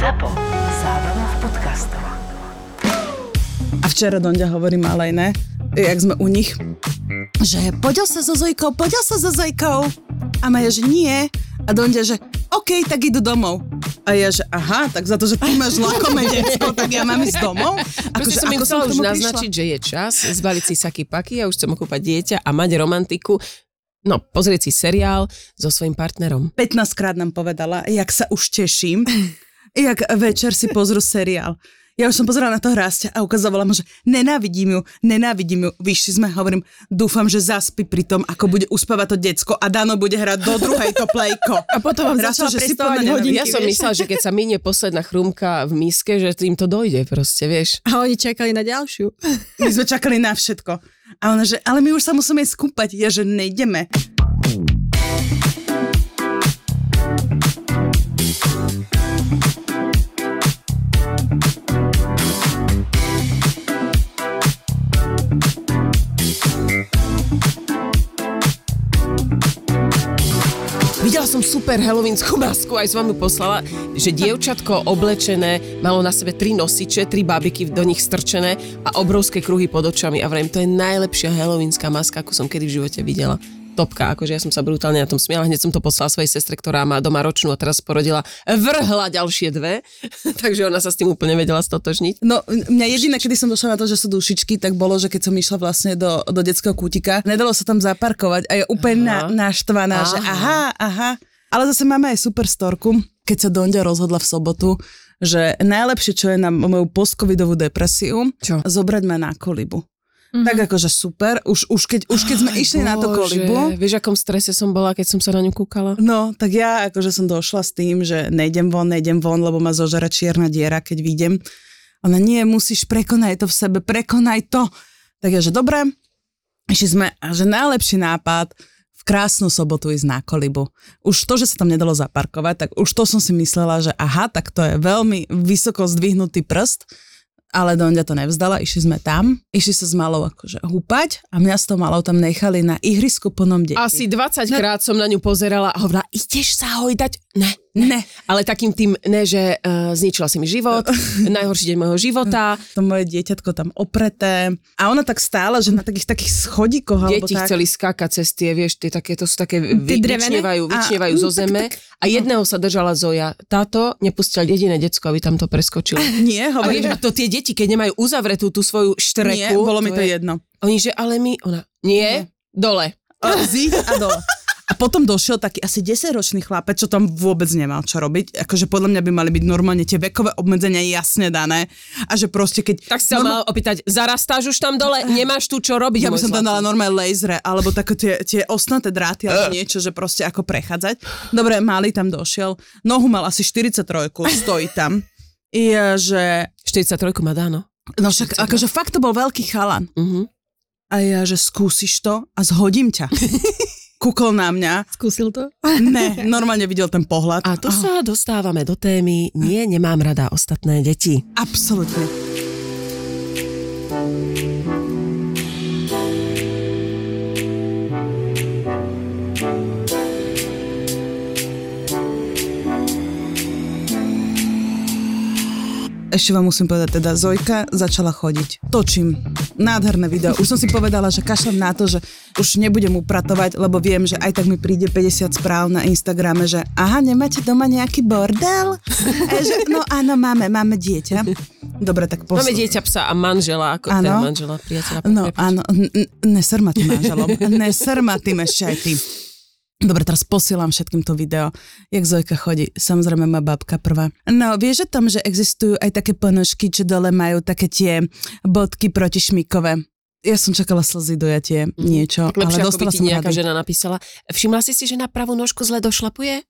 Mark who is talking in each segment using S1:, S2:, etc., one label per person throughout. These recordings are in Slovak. S1: ZAPO. Zábrná v podcastov.
S2: A včera Donďa hovorí malej, ne? Jak sme u nich. Že podiel sa so Zojkou, podiel sa so Zojkou. A Maja, že nie. A Donďa, že OK, tak idú domov. A ja, že aha, tak za to, že ty máš lakome detsko, tak ja mám ísť domov. Akože
S3: Proste som im
S2: ako
S3: chcela
S2: k
S3: už
S2: tomu
S3: naznačiť, že je čas zbaliť si saky paky a už chcem okúpať dieťa a mať romantiku. No, pozrieť si seriál so svojím partnerom.
S2: 15 krát nám povedala, jak sa už teším, jak večer si pozrú seriál. Ja už som pozerala na to hrásťa a ukazovala mu, že nenávidím ju, nenávidím ju. Vyšli sme, hovorím, dúfam, že zaspí pri tom, ako bude uspávať to decko a Dano bude hrať do druhej to plejko. A
S3: potom vám
S2: začala
S3: prestávať Ja som myslela, že keď sa minie posledná chrumka v miske, že im to dojde proste, vieš.
S4: A oni čakali na ďalšiu.
S2: My sme čakali na všetko. A ona, že ale my už sa musíme ísť kúpať. Ja, že nejdeme.
S3: Videla som super halloweenskú masku, aj som vám ju poslala, že dievčatko oblečené malo na sebe tri nosiče, tri babiky do nich strčené a obrovské kruhy pod očami. A vrajím, to je najlepšia halloweenská maska, akú som kedy v živote videla. Topka, akože ja som sa brutálne na tom smiala, hneď som to poslala svojej sestre, ktorá má doma ročnú a teraz porodila, vrhla ďalšie dve, takže ona sa s tým úplne vedela stotožniť.
S2: No, mňa jediné, kedy som došla na to, že sú dušičky, tak bolo, že keď som išla vlastne do, do detského kútika, nedalo sa tam zaparkovať a je úplne aha. Na, naštvaná, aha. že aha, aha. Ale zase máme aj super storku, keď sa Donďa rozhodla v sobotu, že najlepšie, čo je na moju postcovidovú depresiu,
S3: Čo?
S2: zobrať ma na kolibu. Mm-hmm. Tak akože super, už, už, keď, už keď sme Aj išli bože. na to kolibu,
S3: Vieš, akom strese som bola, keď som sa na ňu kúkala?
S2: No, tak ja akože som došla s tým, že nejdem von, nejdem von, lebo ma zožera čierna diera, keď vidím. Ona, nie, musíš, prekonaj to v sebe, prekonaj to. Tak ja, že dobre, išli sme, a že najlepší nápad, v krásnu sobotu ísť na kolibu. Už to, že sa tam nedalo zaparkovať, tak už to som si myslela, že aha, tak to je veľmi vysoko zdvihnutý prst, ale Donďa to nevzdala, išli sme tam, išli sa s malou akože húpať a mňa s tou malou tam nechali na ihrisku plnom detí.
S3: Asi 20 krát som na ňu pozerala a hovorila, ideš sa hojdať? Ne,
S2: Ne,
S3: Ale takým tým, ne, že uh, zničila si mi život, najhorší deň môjho života,
S2: to moje dieťatko tam opreté. A ona tak stála, že na takých takých schodíkoch alebo
S3: deti
S2: tak.
S3: chceli skákať cez tie, vieš, tie také, to sú také, vy,
S4: drevené?
S3: vyčnievajú, vyčnievajú
S2: A- mm,
S3: zo
S2: tak,
S3: zeme.
S2: tak. No.
S3: A jedného sa držala Zoja. Táto nepustila jediné decko, aby tam to preskočilo.
S2: Nie,
S3: A
S2: hovorím,
S3: vieš, a to tie deti, keď nemajú uzavretú tú svoju štreku.
S2: nie, bolo mi to
S3: je-
S2: jedno.
S3: Oni, že ale my, ona, nie, dole.
S2: Zí a dole. A potom došiel taký asi 10-ročný chlapec, čo tam vôbec nemal čo robiť. Akože podľa mňa by mali byť normálne tie vekové obmedzenia jasne dané. A že proste keď...
S3: Tak sa
S2: normál-
S3: mal opýtať, zarastáš už tam dole, nemáš tu čo
S2: No,
S3: robiť.
S2: Ja by
S3: môj
S2: som tam
S3: zlatý.
S2: dala no. normálne laser, alebo také tie, tie osnaté dráty,
S3: Eh.
S2: alebo niečo, že proste ako prechádzať. Dobre, malý tam došiel, nohu mal asi 43, stojí tam. Je, že
S3: 43 má dáno.
S2: No však, akože fakt to bol veľký chalan.
S3: Mhm.
S2: A ja, že skúsiš to a zhodím ťa. Kúkol na mňa.
S4: Skúsil to?
S2: Ne, normálne videl ten pohľad.
S3: A tu sa dostávame do témy, nie, nemám rada ostatné deti.
S2: Absolutne. Ešte vám musím povedať, teda Zojka začala chodiť. Točím. Nádherné video. Už som si povedala, že kašlem na to, že už nebudem upratovať, lebo viem, že aj tak mi príde 50 správ na Instagrame, že aha, nemáte doma nejaký bordel? E, že, no áno, máme, máme dieťa. Dobre, tak posl-
S3: Máme dieťa psa a manžela, ako teda
S2: Áno.
S3: manžela, priateľa.
S2: No
S3: prepáč.
S2: áno, n- n- neser ma tým manželom, neser ma tým ešte aj ty. Dobre, teraz posielam všetkým to video, jak Zojka chodí. Samozrejme má babka prvá. No, vieš o tom, že existujú aj také ponožky, čo dole majú také tie bodky protišmikové. Ja som čakala slzy dojatie, niečo, ale
S3: Mhm. Lepšie, ako by
S2: dostala
S3: ti
S2: som
S3: nejaká
S2: radu.
S3: žena napísala. Všimla si si, že na pravú nožku zle došlapuje?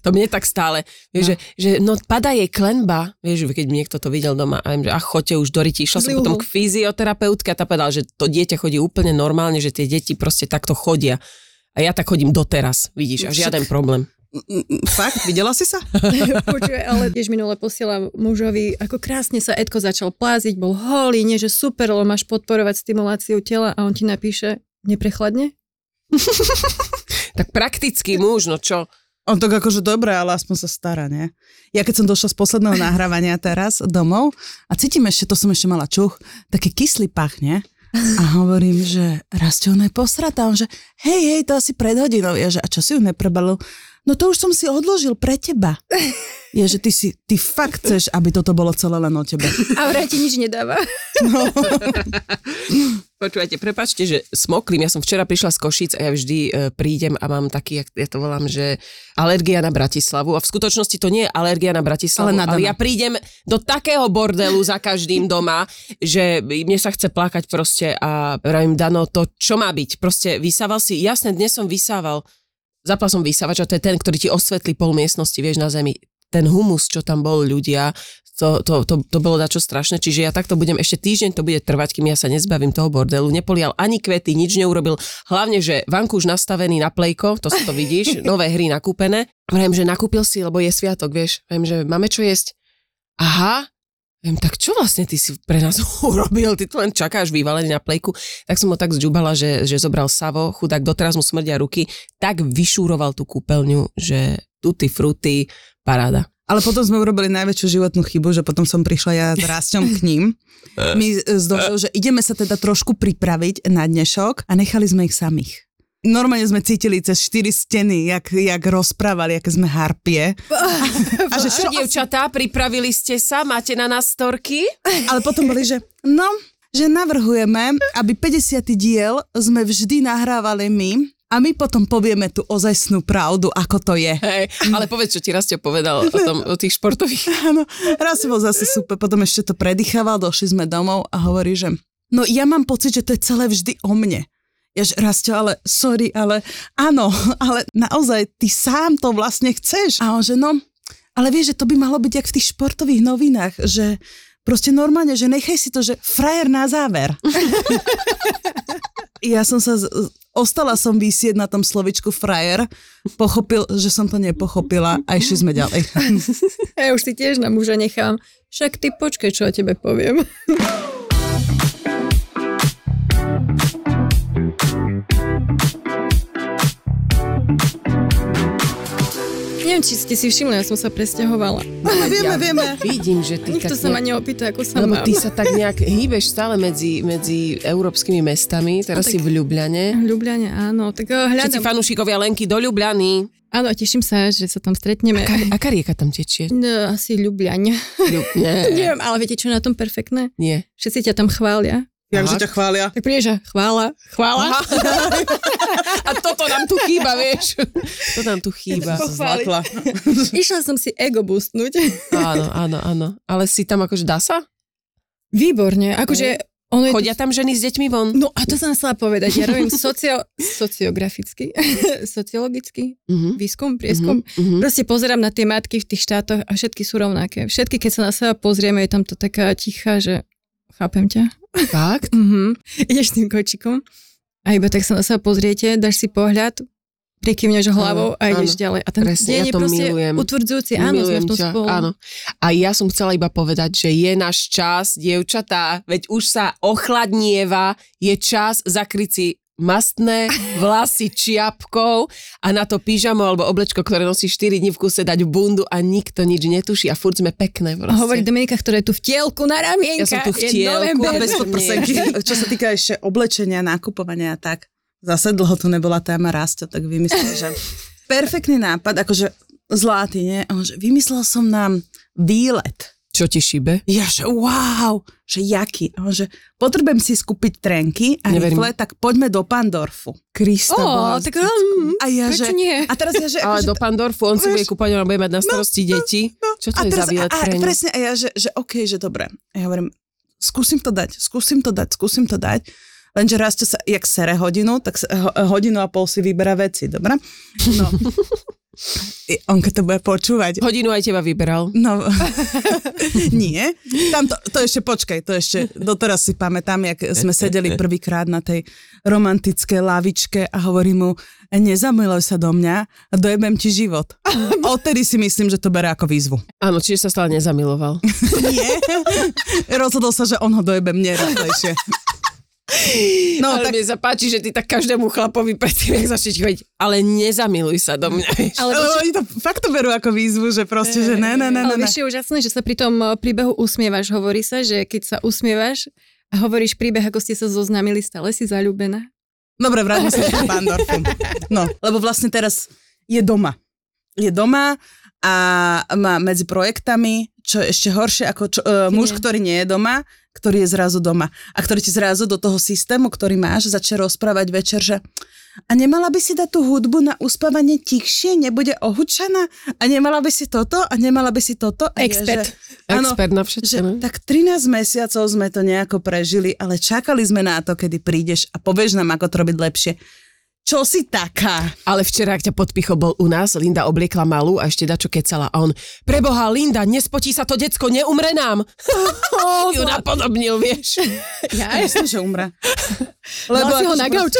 S3: to mne tak stále. Vieš, no. Že, že, no padá jej klenba, vieš, keď niekto to videl doma a viem, že a choďte už do ryti. Išla som
S4: Zlý
S3: potom
S4: uhol.
S3: k fyzioterapeutke a tá povedala, že to dieťa chodí úplne normálne, že tie deti proste takto chodia. A ja tak chodím doteraz, vidíš, a
S2: Však-
S3: žiaden problém.
S2: Mm, mm, Fakt? Videla si sa?
S4: Počuje, ale tiež minule posielam mužovi, ako krásne sa Edko začal pláziť, bol holý, nie že super, lebo máš podporovať stimuláciu tela a on ti napíše, neprechladne?
S3: Tak prakticky muž, no čo?
S2: On to akože dobre, ale aspoň sa stará, nie? Ja keď som došla z posledného nahrávania teraz domov a cítim ešte, to som ešte mala čuch, taký kyslý pach, nie? A hovorím, že raz ona je posratá. On že, hej, hej, to asi pred hodinou. Ja že, a čo si ju neprebalil? No to už som si odložil pre teba. Ja že, ty si, ty fakt chceš, aby toto bolo celé len o tebe.
S4: A vraj ti nič nedáva.
S3: Počúvajte, prepačte, že smoklím. Ja som včera prišla z Košic a ja vždy e, prídem a mám taký, jak ja to volám, že alergia na Bratislavu. A v skutočnosti to nie je alergia na Bratislavu,
S2: Ale na
S3: ale, ale
S2: Dana.
S3: ja prídem do takého bordelu za každým doma, že mne sa chce plakať proste a vravím, Dano, to čo má byť? Proste vysával si, jasné, dnes som vysával, zapal som vysávač a to je ten, ktorý ti osvetlí pol miestnosti, vieš, na zemi. Ten humus, čo tam bol ľudia, to, to, to, to bolo dačo strašné, čiže ja takto budem ešte týždeň, to bude trvať, kým ja sa nezbavím toho bordelu. Nepolial ani kvety, nič neurobil. Hlavne, že vanku už nastavený na plejko, to si to vidíš, nové hry nakúpené. Vrajím, že nakúpil si, lebo je sviatok, vieš. Vrajím, že máme čo jesť. Aha, Viem, tak čo vlastne ty si pre nás urobil? Ty tu len čakáš vyvalený na plejku. Tak som ho tak zďubala, že, že zobral Savo, chudák, doteraz mu smrdia ruky. Tak vyšúroval tú kúpeľňu, že tutti frutti, paráda.
S2: Ale potom sme urobili najväčšiu životnú chybu, že potom som prišla ja s Rásťom k ním. Mi zdošlo, že ideme sa teda trošku pripraviť na dnešok a nechali sme ich samých. Normálne sme cítili cez štyri steny, jak, jak rozprávali, aké sme harpie. A že čo,
S3: dievčatá, pripravili ste sa, máte na nás storky?
S2: ale potom boli, že no, že navrhujeme, aby 50. diel sme vždy nahrávali my a my potom povieme tú ozajstnú pravdu, ako to je.
S3: Hej, ale povedz, čo ti Rastio povedal o, tom, o tých športových.
S2: Áno, raz bol zase super, potom ešte to predýchával, došli sme domov a hovorí, že no ja mám pocit, že to je celé vždy o mne. Ja že, Rasto, ale sorry, ale áno, ale naozaj ty sám to vlastne chceš. A on že no, ale vieš, že to by malo byť jak v tých športových novinách, že proste normálne, že nechaj si to, že frajer na záver. ja som sa, z- ostala som vysieť na tom slovičku frajer, pochopil, že som to nepochopila a išli sme ďalej.
S4: Ja už si tiež na muža nechám. Však ty počkaj, čo o tebe poviem. Neviem, či ste si všimli, ja som sa presťahovala.
S2: Ale vieme, vieme.
S3: Vidím, že ty
S4: Nikto
S3: tak
S4: sa
S3: nejak-
S4: ma neopýta, ako sa
S3: Lebo
S4: mám.
S3: ty sa tak nejak hýbeš stále medzi, medzi európskymi mestami, teraz
S4: No tak-
S3: si v Ljubljane.
S4: Ljubljane, áno. Tak eh,
S3: Všetci
S4: hľadám.
S3: fanúšikovia Lenky do Ljubljany.
S4: Áno, teším sa, že sa tam stretneme.
S3: Aká, aká rieka tam tečie?
S4: No, asi Ljubljane.
S3: Ľub... Nie.
S4: Neviem, ale viete, čo je na tom perfektné?
S3: Nie.
S4: Všetci ťa tam chvália.
S2: Jak, že
S3: Tak.
S2: ťa chvália.
S4: Tak prídeš a chvála, chvála.
S3: Aha. A toto nám tu chýba, vieš. To nám tu chýba.
S4: Pochváli. Išla som si ego boostnúť.
S3: Áno, áno, áno. Ale si tam akože dá sa?
S4: Výborne, akože ono je... to-
S3: Chodia tam ženy s deťmi von?
S4: No a to som chcela povedať, ja robím socio... sociograficky, sociologicky
S3: Mhm.
S4: výskum, prieskum.
S3: Mhm.
S4: Proste pozerám na tie matky v tých štátoch a všetky sú rovnaké. Všetky, keď sa na seba pozrieme, je tam to taká tichá, že chápem ťa.
S3: Fakt?
S4: Mhm. Ideš tým kočikom a iba tak sa na seba pozriete, dáš si pohľad, prikyvneš hlavou a
S3: Áno,
S4: ideš ďalej. A ten
S3: Presne,
S4: deň
S3: ja
S4: je
S3: to
S4: proste
S3: milujem.
S4: utvrdzujúci. Áno,
S3: Milujem
S4: sme v tom
S3: ťa,
S4: spolu.
S3: Áno. A ja som chcela iba povedať, že je náš čas, dievčatá, veď už sa ochladnieva, je čas zakryť si mastné vlasy čiapkou a na to pyžamo alebo oblečko, ktoré nosí 4 dní v kuse dať bundu a nikto nič netuší a furt sme pekné
S4: A
S3: proste.
S4: hovorí Dominika, ktorá je tu v tielku na
S3: Ja
S4: ramienka.
S3: som tu v
S4: je
S3: tielku,
S4: november.
S3: bez
S2: Podprsenky. Čo sa týka ešte oblečenia, nákupovania a tak, zase dlho tu nebola téma Rasto, tak vymyslel, že perfektný nápad, akože zlatý, nie? A On, že vymyslel som nám výlet.
S3: Čo ti šibe?
S2: Ja, že wow, že jaký. A on, že potrebujem si skúpiť trenky a
S3: Neverím.
S2: rifle, tak poďme do Pandorfu. Krista
S4: Ó,
S2: bola-
S4: tak um,
S2: A ja,
S4: prečo
S2: že...
S4: nie?
S2: A teraz ja, že...
S3: Ale
S2: akože-
S3: do Pandorfu, on si
S2: Vieš- No,
S3: bude kúpať, on bude mať na starosti deti. Čo to
S2: a
S3: je za
S2: teraz,
S3: výlet
S2: a,
S3: pre
S2: a
S3: ňu?
S2: presne, a ja, že, že OK, že dobre. A ja hovorím, skúsim to dať, skúsim to dať, skúsim to dať. Lenže raz, čo sa, jak sere hodinu, tak sa- ho, hodinu a pol si vyberá veci, dobre? No. I on keď to bude počúvať,
S3: Hodinu aj teba vyberal.
S2: No, nie. Tam to, to ešte, počkaj, to ešte, doteraz si pamätám, jak sme sedeli prvýkrát na tej romantickej lavičke a hovorím mu, nezamiluj sa do mňa a dojebem ti život. Odtedy si myslím, že to bere ako výzvu.
S3: Áno, čiže sa stále nezamiloval.
S2: Nie. Rozhodol sa, že on ho dojebe mne rýchlejšie. No,
S3: No, ale tak...
S2: tak-
S3: mne sa páči, že ty tak každému chlapovi predtým, jak začneš chodiť, ale nezamiluj sa do mňa. vieš.
S4: Ale
S2: Ale oni to fakt to berú ako výzvu, že proste, že ne, ne, ne, ne.
S4: Ale
S2: ne.
S4: vieš, je úžasné, že sa pri tom eh, príbehu usmievaš. Hovorí sa, že keď sa usmievaš a hovoríš príbeh, ako ste sa zoznamili, stále si zalúbená.
S2: Dobre, vrátim sa k Pandorfu. No, lebo vlastne teraz je doma. Je doma a má medzi projektami, čo je ešte horšie ako čo, uh, muž,
S4: Nie.
S2: ktorý nie je doma, ktorý je zrazu doma. A ktorý ti zrazu do toho systému, ktorý máš, začne rozprávať večer, že a nemala by si dať tú hudbu na uspávanie tichšie, nebude ohučaná a nemala by si toto a nemala by si toto. A je,
S4: Expert.
S2: že- áno,
S3: Expert na všetko.
S2: že
S3: no.
S2: tak 13 mesiacov sme to nejako prežili, ale čakali sme na to, kedy prídeš a povieš nám, ako to robiť lepšie. Čo si taká?
S3: Ale včera, ak ťa podpicho bol u nás, Linda obliekla malú a ešte dačo kecala. A on, preboha, Linda, nespotí sa to decko, neumre nám. Ju napodobnil, vieš.
S2: Ja myslím, že umre.
S4: Dala si ho
S2: akože
S4: na
S2: proste-
S4: gauč.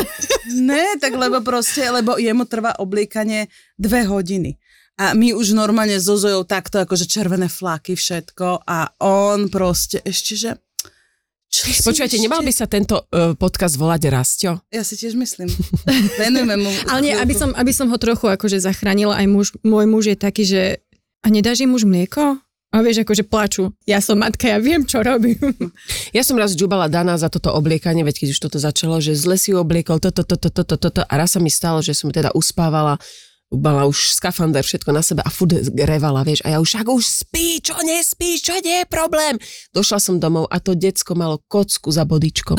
S2: Ne, tak lebo proste, lebo jemu trvá obliekanie dve hodiny. A my už normálne so Zojou takto, akože červené fláky, všetko. A on proste ešte, že... Čo si
S3: Počujete,
S2: ešte-
S3: nemal by sa tento uh, podcast volať Rastio?
S2: Ja si tiež myslím. Venujeme mu...
S4: Ale nie, aby
S2: chvíľku.
S4: som, aby som ho trochu akože zachránila, aj muž, môj muž je taký, že a nedáš im už mlieko? A vieš, akože plaču. Ja som matka, ja viem, čo robím.
S3: Ja som raz džubala Dana za toto obliekanie, veď keď už toto začalo, že zle si ju obliekol, toto, toto, toto, toto a raz sa mi stalo, že som teda uspávala mala už skafander, všetko na sebe a furt revala, vieš, a ja už, ak už spí, čo nespí, čo nie je problém. Došla som domov a to decko malo kocku za bodičkom.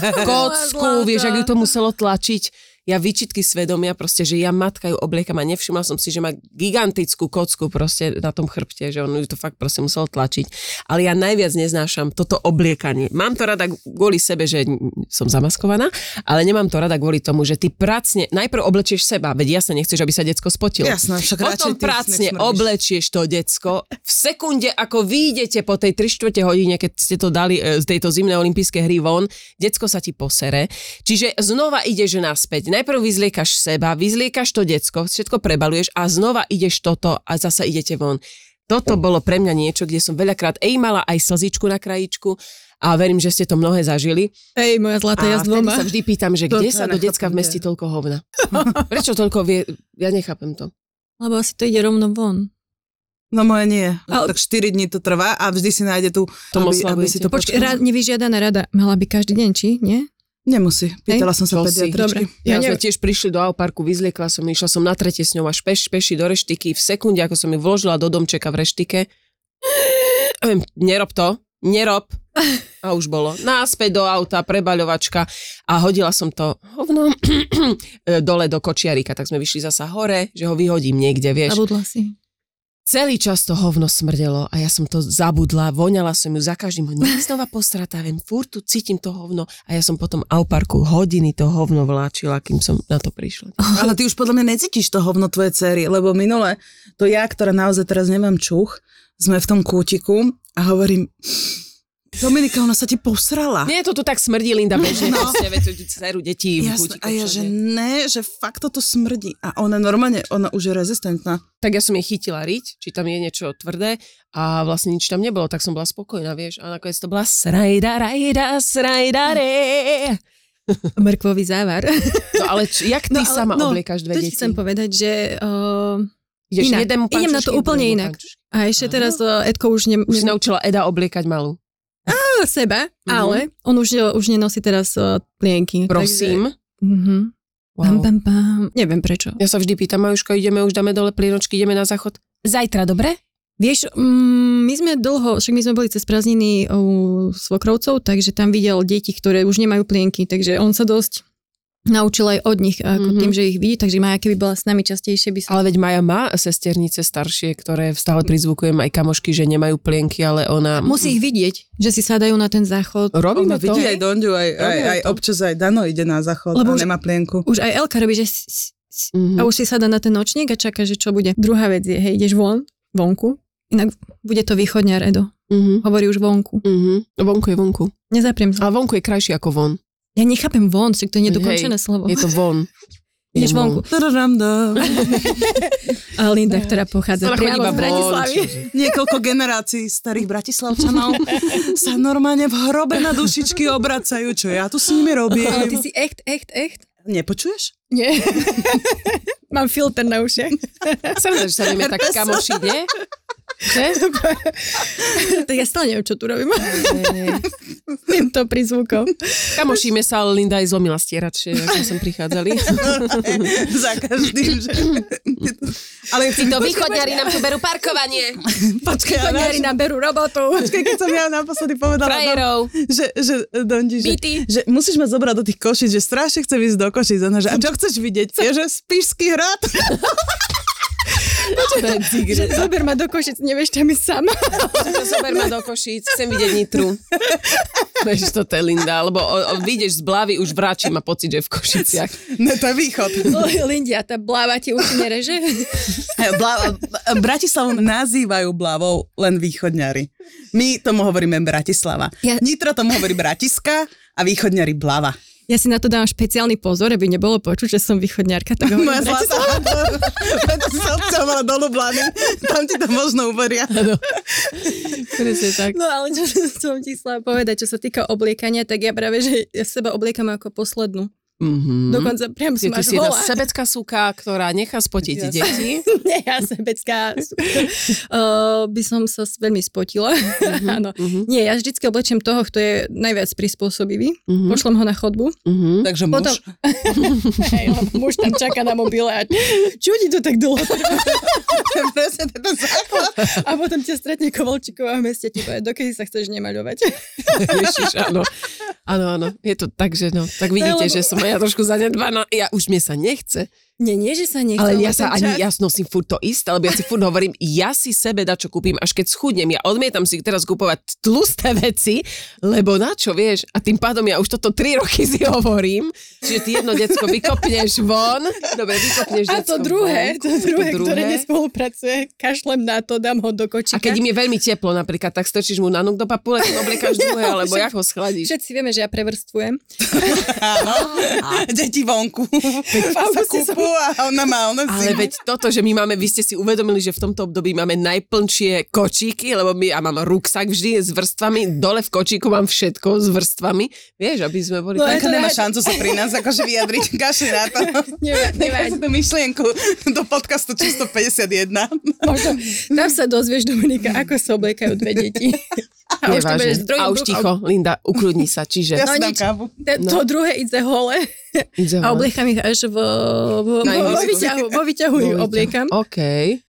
S3: kocku, vieš, ak ju to muselo tlačiť. Ja výčitky svedomia proste, že ja matka ju obliekam a nevšimla som si, že má gigantickú kocku proste na tom chrbte, že on ju to fakt proste musel tlačiť. Ale ja najviac neznášam toto obliekanie. Mám to rada kvôli sebe, že som zamaskovaná, ale nemám to rada kvôli tomu, že ty pracne, najprv oblečieš seba, veď jasne nechceš, aby sa decko spotilo.
S2: Jasné, však radšej
S3: Potom
S2: ty
S3: pracne
S2: nesmrdíš.
S3: oblečieš to decko. V sekunde, ako vyjdete po tej 3 čtvrte hodine, keď ste to dali e, z tejto zimnej olympijskej hry von, decko sa ti posere. Čiže znova ideš naspäť. Najprv vyzliekaš seba, vyzliekaš to decko, všetko prebaluješ a znova ideš toto a zasa idete von. Toto bolo pre mňa niečo, kde som veľakrát ej mala aj slzičku na krajičku a verím, že ste to mnohé zažili.
S4: Ej, moja zlatá,
S3: A
S4: ja s
S3: vtedy
S4: dvoma.
S3: sa vždy pýtam, že
S2: To
S3: kde
S2: sa
S3: sa do
S2: nechápem,
S3: decka v meste
S2: kde.
S3: toľko hovna? Prečo toľko vie? Ja nechápem to.
S4: Lebo asi to ide rovno von.
S2: No moje nie.
S4: Ale-
S2: Ale... Tak 4 dní to trvá a vždy si nájde tú...
S3: Tom
S2: aby, aby si
S3: oslavujete.
S2: to
S4: No Počkaj,
S2: počkala.
S4: ra, nevyžiadaná rada. Mala by každý deň, či? Nie?
S2: Nemusí. Pýtala som sa
S3: Čo si?
S2: pediatričky.
S3: Ja,
S4: Ja
S3: ja sme
S4: neviem.
S3: tiež prišli do Auparku, vyzliekla som, išla som na tretie s ňou až peš, peši do reštiky. V sekunde, ako som ju vložila do domčeka v reštike, ehm, nerob to, nerob. A už bolo. Náspäť do auta, prebaľovačka a hodila som to hovno eh, dole do kočiarika. Tak sme vyšli zasa hore, že ho vyhodím niekde, vieš.
S4: Zabudla si.
S3: Celý čas to hovno smrdelo a ja som to zabudla, voňala som ju za každým, nech znova postratá, viem, furt tu cítim to hovno a ja som potom au parku hodiny to hovno vláčila, kým som na to prišla.
S2: Ale ty už podľa mňa necítiš to hovno tvojej cery, lebo minule to ja, ktorá naozaj teraz nemám čuch, sme v tom kútiku a hovorím, Dominika, ona sa ti posrala.
S3: Nie, to tu tak smrdí Linda bežne, no.
S2: No.
S3: proste, veď tu dceru detí v
S2: Jasne,
S3: kútiku
S2: a ja, že
S3: všade.
S2: ne, že fakt toto smrdí. A ona normálne, ona už je rezistentná.
S3: Tak ja som jej chytila riť, či tam je niečo tvrdé a vlastne nič tam nebolo, tak som bola spokojná, vieš. A nakoniec to bola srajda, rajda, srajda, re.
S4: Mrkvový závar.
S3: No ale č- jak ty no,
S4: ale-
S3: sama
S4: no,
S3: no, obliekaš dve
S4: to ti
S3: deti?
S4: chcem povedať, že... Uh,
S3: Ideš
S4: inak.
S3: jednému
S4: Idem na to
S3: pančušky,
S4: úplne
S3: druhému
S4: inak.
S3: pančušky.
S4: a ešte
S3: Aha.
S4: teraz uh, Edko už, ne, Mhm.
S3: Už si naučila Eda obliekať malú.
S4: naučil seba, ale on už, už nenosí teraz uh, plienky.
S3: Prosím.
S4: Takže, uh-huh. Pam, pam, pam. Neviem prečo.
S3: Ja sa vždy pýtam, Majuška, ideme, už dáme dole plienočky, ideme na záchod. Zajtra, dobre?
S4: Vieš, mm, my sme dlho, však my sme boli cez prázdniny u svokrovcov, takže tam videl deti, ktoré už nemajú plienky, takže on sa dosť naučil aj od nich, ako
S3: Mhm.
S4: tým, že ich vidí, takže Maja, keby bola s nami častejšie, by sa...
S3: Ale veď Maja má sesternice staršie, ktoré stále prizvukujem aj kamošky, že nemajú plienky, ale ona...
S4: Musí ich vidieť, že si sadajú na ten záchod.
S3: Robíme
S2: Ona
S3: to.
S2: vidí aj Donďu, aj, aj,
S3: Robíme
S2: aj
S3: to.
S2: občas aj Dano ide na záchod lebo a
S4: Lebo už-
S2: nemá plienku.
S4: Už aj Elka robí, že... s- s- s-
S3: Mhm.
S4: A už si sada na ten nočník a čaká, že čo bude. Druhá vec je, hej, ideš von, vonku, inak bude to východňar Edo.
S3: Mhm.
S4: Hovorí už vonku.
S3: Mhm. Vonku je vonku.
S4: Nezapriem
S3: A
S4: sa.
S3: vonku je krajšie ako von.
S4: Ja nechápem von, však to je nedokončené slovo.
S3: Je to von.
S4: Ideš vonku.
S2: Tararamdam.
S4: A Linda, ktorá pochádza
S3: Ona chodí
S4: priamo
S3: iba
S4: z
S3: von,
S4: Bratislavy.
S3: čiže-
S2: Niekoľko generácií starých bratislavčanov sa normálne v hrobe na dušičky obracajú, čo ja tu s nimi
S4: Ale ty
S2: robím.
S4: si echt, echt, echt.
S2: Nepočuješ?
S4: Nie. Mám filter na ušiach.
S3: Samozrejme, že sa vieme tak kamoši, nie? Že?
S4: tak ja stále neviem, čo tu robím. Viem to pri zvukom.
S3: Kamošíme sa, ale Linda aj zlomila stieračie, ako sme sem prichádzali.
S2: Za každým, že... Ale
S3: Títo východňari nám tu berú parkovanie.
S2: Počkaj, ale
S4: Koniari nám berú robotu.
S2: Počkaj, keď som ja naposledy povedala,
S3: Frajerov.
S2: že, že, Dondi, že,
S3: Byty.
S2: že, musíš ma zobrať do tých košíc, že strašne chcem ísť do košíc. Ona, že, a čo chceš vidieť? Ja, že Spišský hrad.
S4: Že zober ma do košic, nevieš tam ísť sama.
S3: Zober ma do košíc, chcem vidieť Nitru. Vieš, to je Linda, lebo o, o, vyjdeš z blavy, už vráči ma pocit, že je v Košiciach.
S2: Ne, to je východ.
S4: Lindia, tá bláva ti už nereže.
S2: Bla, Bratislavu nazývajú blavou len východňari. My tomu hovoríme Bratislava.
S4: Ja-
S2: Nitro tomu hovorí Bratiska a východňari blava.
S4: Ja si na to dávam špeciálny pozor, aby nebolo počuť, že som východňarka. Tak hovorím,
S2: Moja zlatá Bratislavca mala do Lublany. Tam ti to možno uveria.
S3: Presne tak.
S4: No ale čo som ti chcela povedať, čo sa týka obliekania, tak ja práve, že ja seba obliekam ako poslednú. Mm-hmm. Dokonca priam
S3: Mhm. Ty,
S4: som
S3: ty
S4: až
S3: si jedna
S4: holá.
S3: sebecká súka, ktorá nechá spotiť
S2: Jasne.
S3: deti.
S4: Nie, ja sebecká. uh, by som sa s- veľmi spotila.
S3: Mhm,
S4: Áno. Nie, ja vždycky oblečem toho, kto je najviac prispôsobivý.
S3: Mhm.
S4: Pošlem ho na chodbu.
S3: Mhm.
S2: Takže muž.
S4: Potom- Hej, lebo muž tam čaká na mobile a čo ti to tak dlho trvá?
S2: Presne, to je ten základ.
S4: A potom ťa stretne Kovalčíková v meste, ti povie, dokedy sa chceš nemaľovať.
S3: Ježiš, áno. Áno, áno. Je to tak, že no. Tak vidíte,
S4: lebo-
S3: že som aj ja trošku zanedbaná. Ja už mne sa nechce.
S4: Nie, nie, že sa nechcem.
S3: Ale ja sa
S4: ten
S3: ani,
S4: čas-
S3: ja nosím furt to isté, lebo ja si furt hovorím, ja si sebe dačo kúpim, až keď schudnem. Ja odmietam si teraz kúpovať tlusté veci, lebo na čo, vieš? A tým pádom ja už toto tri roky si hovorím, že ty jedno decko vykopneš von. Dobre, vykopneš
S4: A
S3: decko
S4: to druhé,
S3: von,
S4: to druhé, ktoré nespolupracuje, kašlem na to, dám ho do kočíka.
S3: A keď im je veľmi teplo napríklad, tak strčíš mu na nuk do papule, keď obliekaš druhé, alebo
S4: však-
S3: jak ho schladíš.
S4: Všetci vieme, že ja prevrstvujem.
S2: Deti vonku. sa
S4: auguste som-
S2: kúpu a ona má, ona
S3: Ale
S2: zima.
S3: veď toto, že my máme, vy ste si uvedomili, že v tomto období máme najplnšie kočíky, lebo my, ja mám ruksak vždy s vrstvami, dole v kočíku mám všetko s vrstvami, vieš, aby sme boli...
S4: No
S3: tak...
S4: je
S2: Lenka
S4: to
S2: nemá
S4: rád-
S2: šancu sa pri nás akože vyjadriť. Kašli na to.
S4: Neviem,
S2: Nechaj si tú myšlienku do podcastu číslo 51.
S4: možno tam sa dozvieš, Dominika, ako sa obliekajú dve deti. A už to
S3: Mm. Nevážne.
S4: budeš s druhým
S3: a už
S4: druhom.
S3: ticho, Linda, ukludni sa, čiže...
S2: Ja si
S4: No
S2: dám
S4: nič.
S2: kávu.
S4: Te- To druhé ide hole
S3: Ideme.
S4: a obliekam ich až vo, vo,
S3: Na
S4: vo, vo
S3: imiziku.
S4: výťahu, vo výťahu
S3: Boli
S4: ich
S3: ťa.
S4: obliekam.
S3: OK,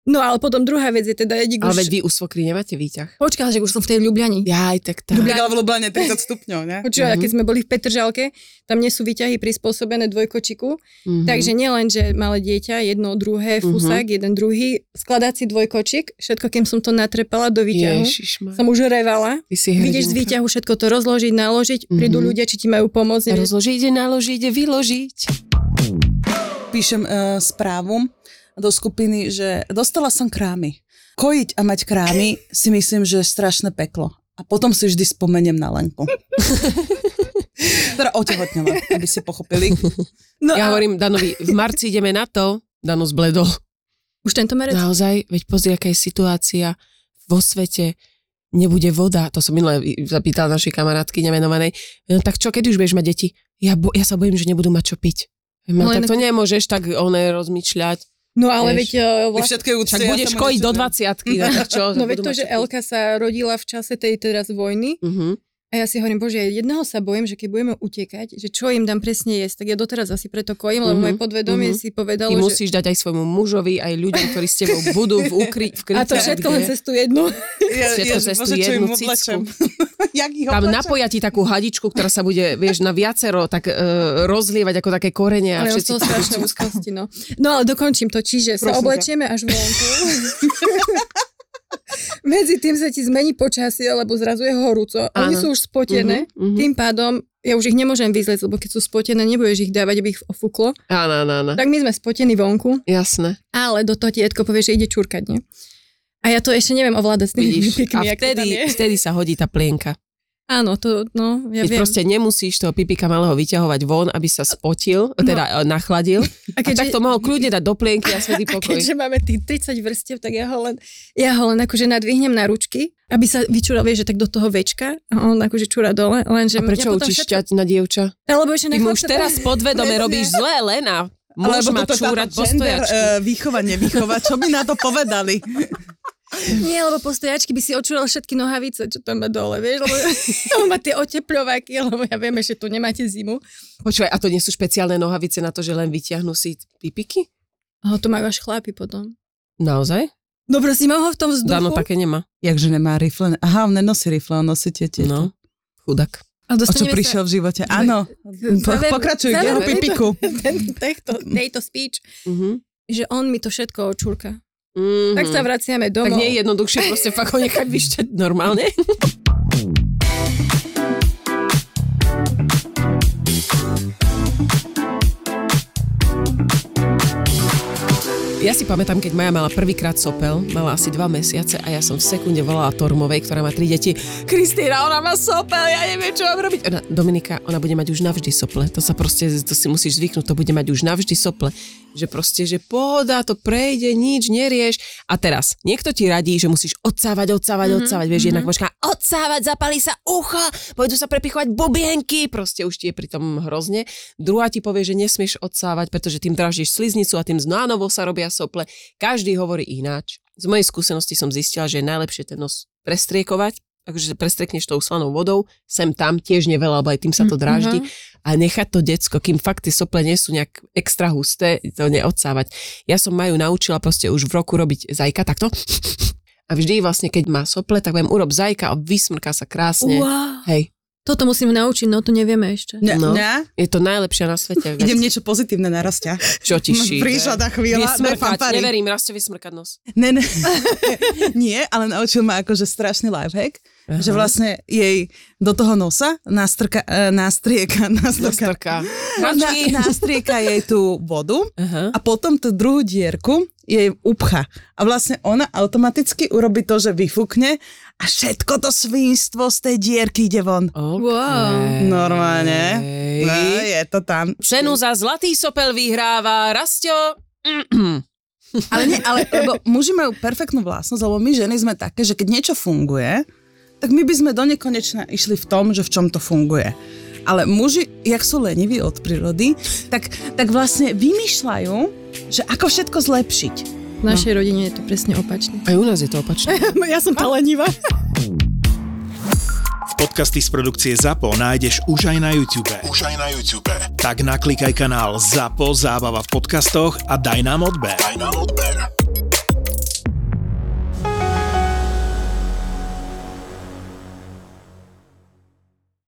S4: No ale potom druhá vec je teda jedík
S3: ale
S4: už...
S3: veď vy u svokry nemáte výťah.
S4: Počkaj, že už som v tej Ljubljani.
S3: Jaj, tak tak.
S2: Tak ale v Lublane 30 stupňov, ne?
S4: Počúva, keď
S3: Mhm.
S4: sme boli v Petržalke, tam nie sú výťahy prispôsobené dvojkočiku,
S3: Mhm.
S4: takže nielen, že malé dieťa, jedno, druhé, fusák, jeden, druhý, skladáci dvojkočik, všetko, kým som to natrepala do výťahu,
S3: Ježišmar,
S4: som už revala.
S3: vy si
S4: Vidíš z
S3: hrdinka.
S4: výťahu všetko to rozložiť, naložiť,
S3: Mhm.
S4: prídu ľudia, či ti majú pomôcť. nevieš.
S3: Rozložiť, ide naložiť, ide vyložiť.
S2: Píšem uh, správu do skupiny, že dostala som krámy. Kojiť a mať krámy si myslím, že je strašné peklo. A potom si vždy spomeniem na Lenku. Ktorá otehotnela, aby si pochopili.
S4: No
S3: Ja
S4: a
S3: hovorím Danovi, v marci ideme na to. Dano zbledol.
S4: už tento merec.
S3: Naozaj, veď pozri, aká je situácia vo svete, nebude voda. To som minule zapýtala našej kamarátky nemenovanej. No tak čo, kedy už budeš mať deti? Ja, bo, ja sa bojím, že nebudú mať čo piť. No,
S4: No
S3: tak
S4: inak-
S3: to nemôžeš tak oné rozmýšľať.
S4: No
S3: Vieš.
S4: ale veď e, vlastne
S2: Všetko je úcte,
S3: Však
S2: ja
S3: budeš
S2: som
S3: kojiť do
S2: rozhodná.
S3: 20 no, tak čo?
S4: No veď
S3: budú
S4: to,
S3: mať
S4: že
S3: čo piť.
S4: Elka sa rodila v čase tej teraz vojny
S3: Mhm.
S4: a ja si hovorím, bože, ja jedného sa bojím, že keď budeme utekať, že čo im dám presne jesť, tak ja doteraz asi preto kojím, lebo
S3: Mhm,
S4: moje podvedomie
S3: mhm.
S4: si
S3: Ty
S4: povedalo, že...
S3: musíš dať aj svojmu mužovi, aj ľuďom, ktorí s tebou budú v ukry, v kryte,
S4: A to všetko len
S3: kde-
S4: cez tú jednu.
S2: Ja,
S3: Všetko
S2: že
S3: cez tú
S2: Bože, čo
S3: jednu
S2: im oblečem? Jak ich
S3: Tam
S2: oblečem?
S3: napoja ti takú hadičku, ktorá sa bude, vieš, na viacero tak e, rozlievať ako také korene a
S4: Ale ja
S3: všetci...
S4: som strašné úzkosti, no. No ale dokončím to, čiže
S2: Prosím
S4: sa
S2: ťa.
S4: oblečieme až vonku. Medzi tým sa ti zmení počasie, lebo zrazu je horúco. Oni
S3: Áno.
S4: sú už spotené,
S3: Mhm, mhm.
S4: tým pádom ja už ich nemôžem vyzliecť, lebo keď sú spotené, nebudeš ich dávať, aby ich ofúklo.
S3: Áno, áno, áno.
S4: Tak my sme spotení vonku,
S3: Jasné.
S4: ale do toho tietko povie, že ide čurkať, nie? A ja to ešte neviem ovládať s tými
S3: Vidíš,
S4: výpikmi,
S3: a
S4: ako tam je.
S3: vtedy, vtedy sa hodí tá plienka.
S4: Áno, to, no, ja
S3: Veď
S4: viem.
S3: proste nemusíš toho pipika malého vyťahovať von, aby sa spotil, teda no. nachladil. A, keďže... a tak to mohol kľudne dať do plienky a svetý
S4: A
S3: pokoj.
S4: keďže máme tých 30 vrstiev, tak ja ho len, ja ho len akože nadvihnem na ručky, aby sa vyčúral, vieš, že tak do toho večka a on akože čúra dole,
S3: A
S4: lenže...
S3: prečo
S4: ja potom
S3: učíš
S4: všetko-
S3: ťať na dievča?
S4: Alebo že
S3: Ty mu už teraz podvedome
S4: Presne.
S3: robíš zlé, Lena. Môž ma čúrať po
S2: gender,
S3: stojačky.
S4: e-
S2: eh, výchova, nevýchova, čo by na to povedali?
S4: Nie, lebo postojačky by si očúral všetky nohavice, čo tam má dole, vieš, lebo on má tie otepľovaky, lebo ja vieme, že tu nemáte zimu.
S3: Počúvaj, a to nie sú špeciálne nohavice na to, že len vyťahnú si pipiky?
S4: A to majú až chlapi potom.
S3: Naozaj?
S4: No prosím, mám ho v tom vzduchu.
S3: Dano také nemá.
S2: Jakže nemá rifle? Aha, on nenosí rifle, on nosí tie tieto.
S3: No, chudak.
S2: O
S4: a
S2: čo
S4: dostaneme
S2: prišiel v živote? Áno, po,
S4: záver-
S2: pokračuj k
S4: záver-
S2: jeho pipiku.
S4: Ten, tejto, tejto speech,
S3: Mhm.
S4: že on mi to všetko očúrka.
S3: Mhm.
S4: Tak sa vraciame
S3: tak
S4: domov.
S3: nie je jednoduchšie proste fakt ho nechať vyšťať normálne. Ja si pamätám, keď Maja mala prvýkrát sopel, mala asi dva mesiace a ja som v sekunde volala Tormovej, ktorá má tri deti. Kristýna, ona má sopel, ja neviem, čo mám robiť. Ona, Dominika, ona bude mať už navždy sople. To sa proste, to si musíš zvyknúť, to bude mať už navždy sople. Že proste, že pohoda, to prejde, nič nerieš. A teraz, niekto ti radí, že musíš odsávať, odsávať, mm-hmm. odsávať. Vieš, jednak možná odsávať, zapali sa ucho, pôjdu sa prepichovať bobienky, proste už ti je pri tom hrozne. Druhá ti povie, že nesmieš odsávať, pretože tým dražíš sliznicu a tým z nánovo sa robia sople. Každý hovorí ináč. Z mojej skúsenosti som zistila, že je najlepšie ten nos prestriekovať, akože prestrekneš tou slanou vodou, sem tam tiež neveľa, lebo aj tým sa to
S4: Mhm.
S3: dráždi a nechať to decko, kým fakt tie sople nie sú nejak extra husté, to neodsávať. Ja som Maju naučila proste už v roku robiť zajka takto. A vždy vlastne, keď má sople, tak budem urob zajka a vysmrká sa krásne. Wow.
S4: Wow.
S3: Hej,
S4: Toto musím naučiť, no to nevieme ešte.
S2: Ne,
S3: No.
S2: ne,
S3: je to najlepšie na svete. veď.
S2: idem niečo pozitívne na rastia.
S3: Čo ti šíbe?
S2: Prišla tá chvíľa, daj
S3: Vysmrkať,
S2: fanfári.
S3: neverím, raz vysmrkať nos.
S2: Ne, ne. Nie, ale naučil ma akože strašný lifehack, Aha.
S3: Aha.
S2: že vlastne jej do toho nosa nastrka, eh, nastrieka, nastrka,
S3: Nostrka.
S2: na,
S3: Hračky.
S2: nastrieka jej tú vodu
S3: Aha.
S2: a potom tú druhú dierku jej upcha. A vlastne ona automaticky urobí to, že vyfúkne a všetko to svinstvo z tej dierky ide von.
S3: Okay.
S4: Wow.
S2: Normálne. No, je to tam.
S3: Cenu za zlatý sopel vyhráva Rasto.
S2: Ale nie, ale lebo muži majú perfektnú vlastnosť, lebo my ženy sme také, že keď niečo funguje, tak my by sme do nekonečna išli v tom, že v čom to funguje. Ale muži, jak sú leniví od prírody, tak, tak vlastne vymýšľajú, že ako všetko zlepšiť.
S4: V našej rodine je to presne opačne.
S3: Aj u nás je to opačné.
S4: ja som tá lenivá.
S5: Podcasty z produkcie ZAPO nájdeš už aj na YouTube.
S6: Už aj na YouTube.
S5: Tak naklikaj kanál ZAPO Zábava v podcastoch a daj nám odber.
S6: Aj na odber.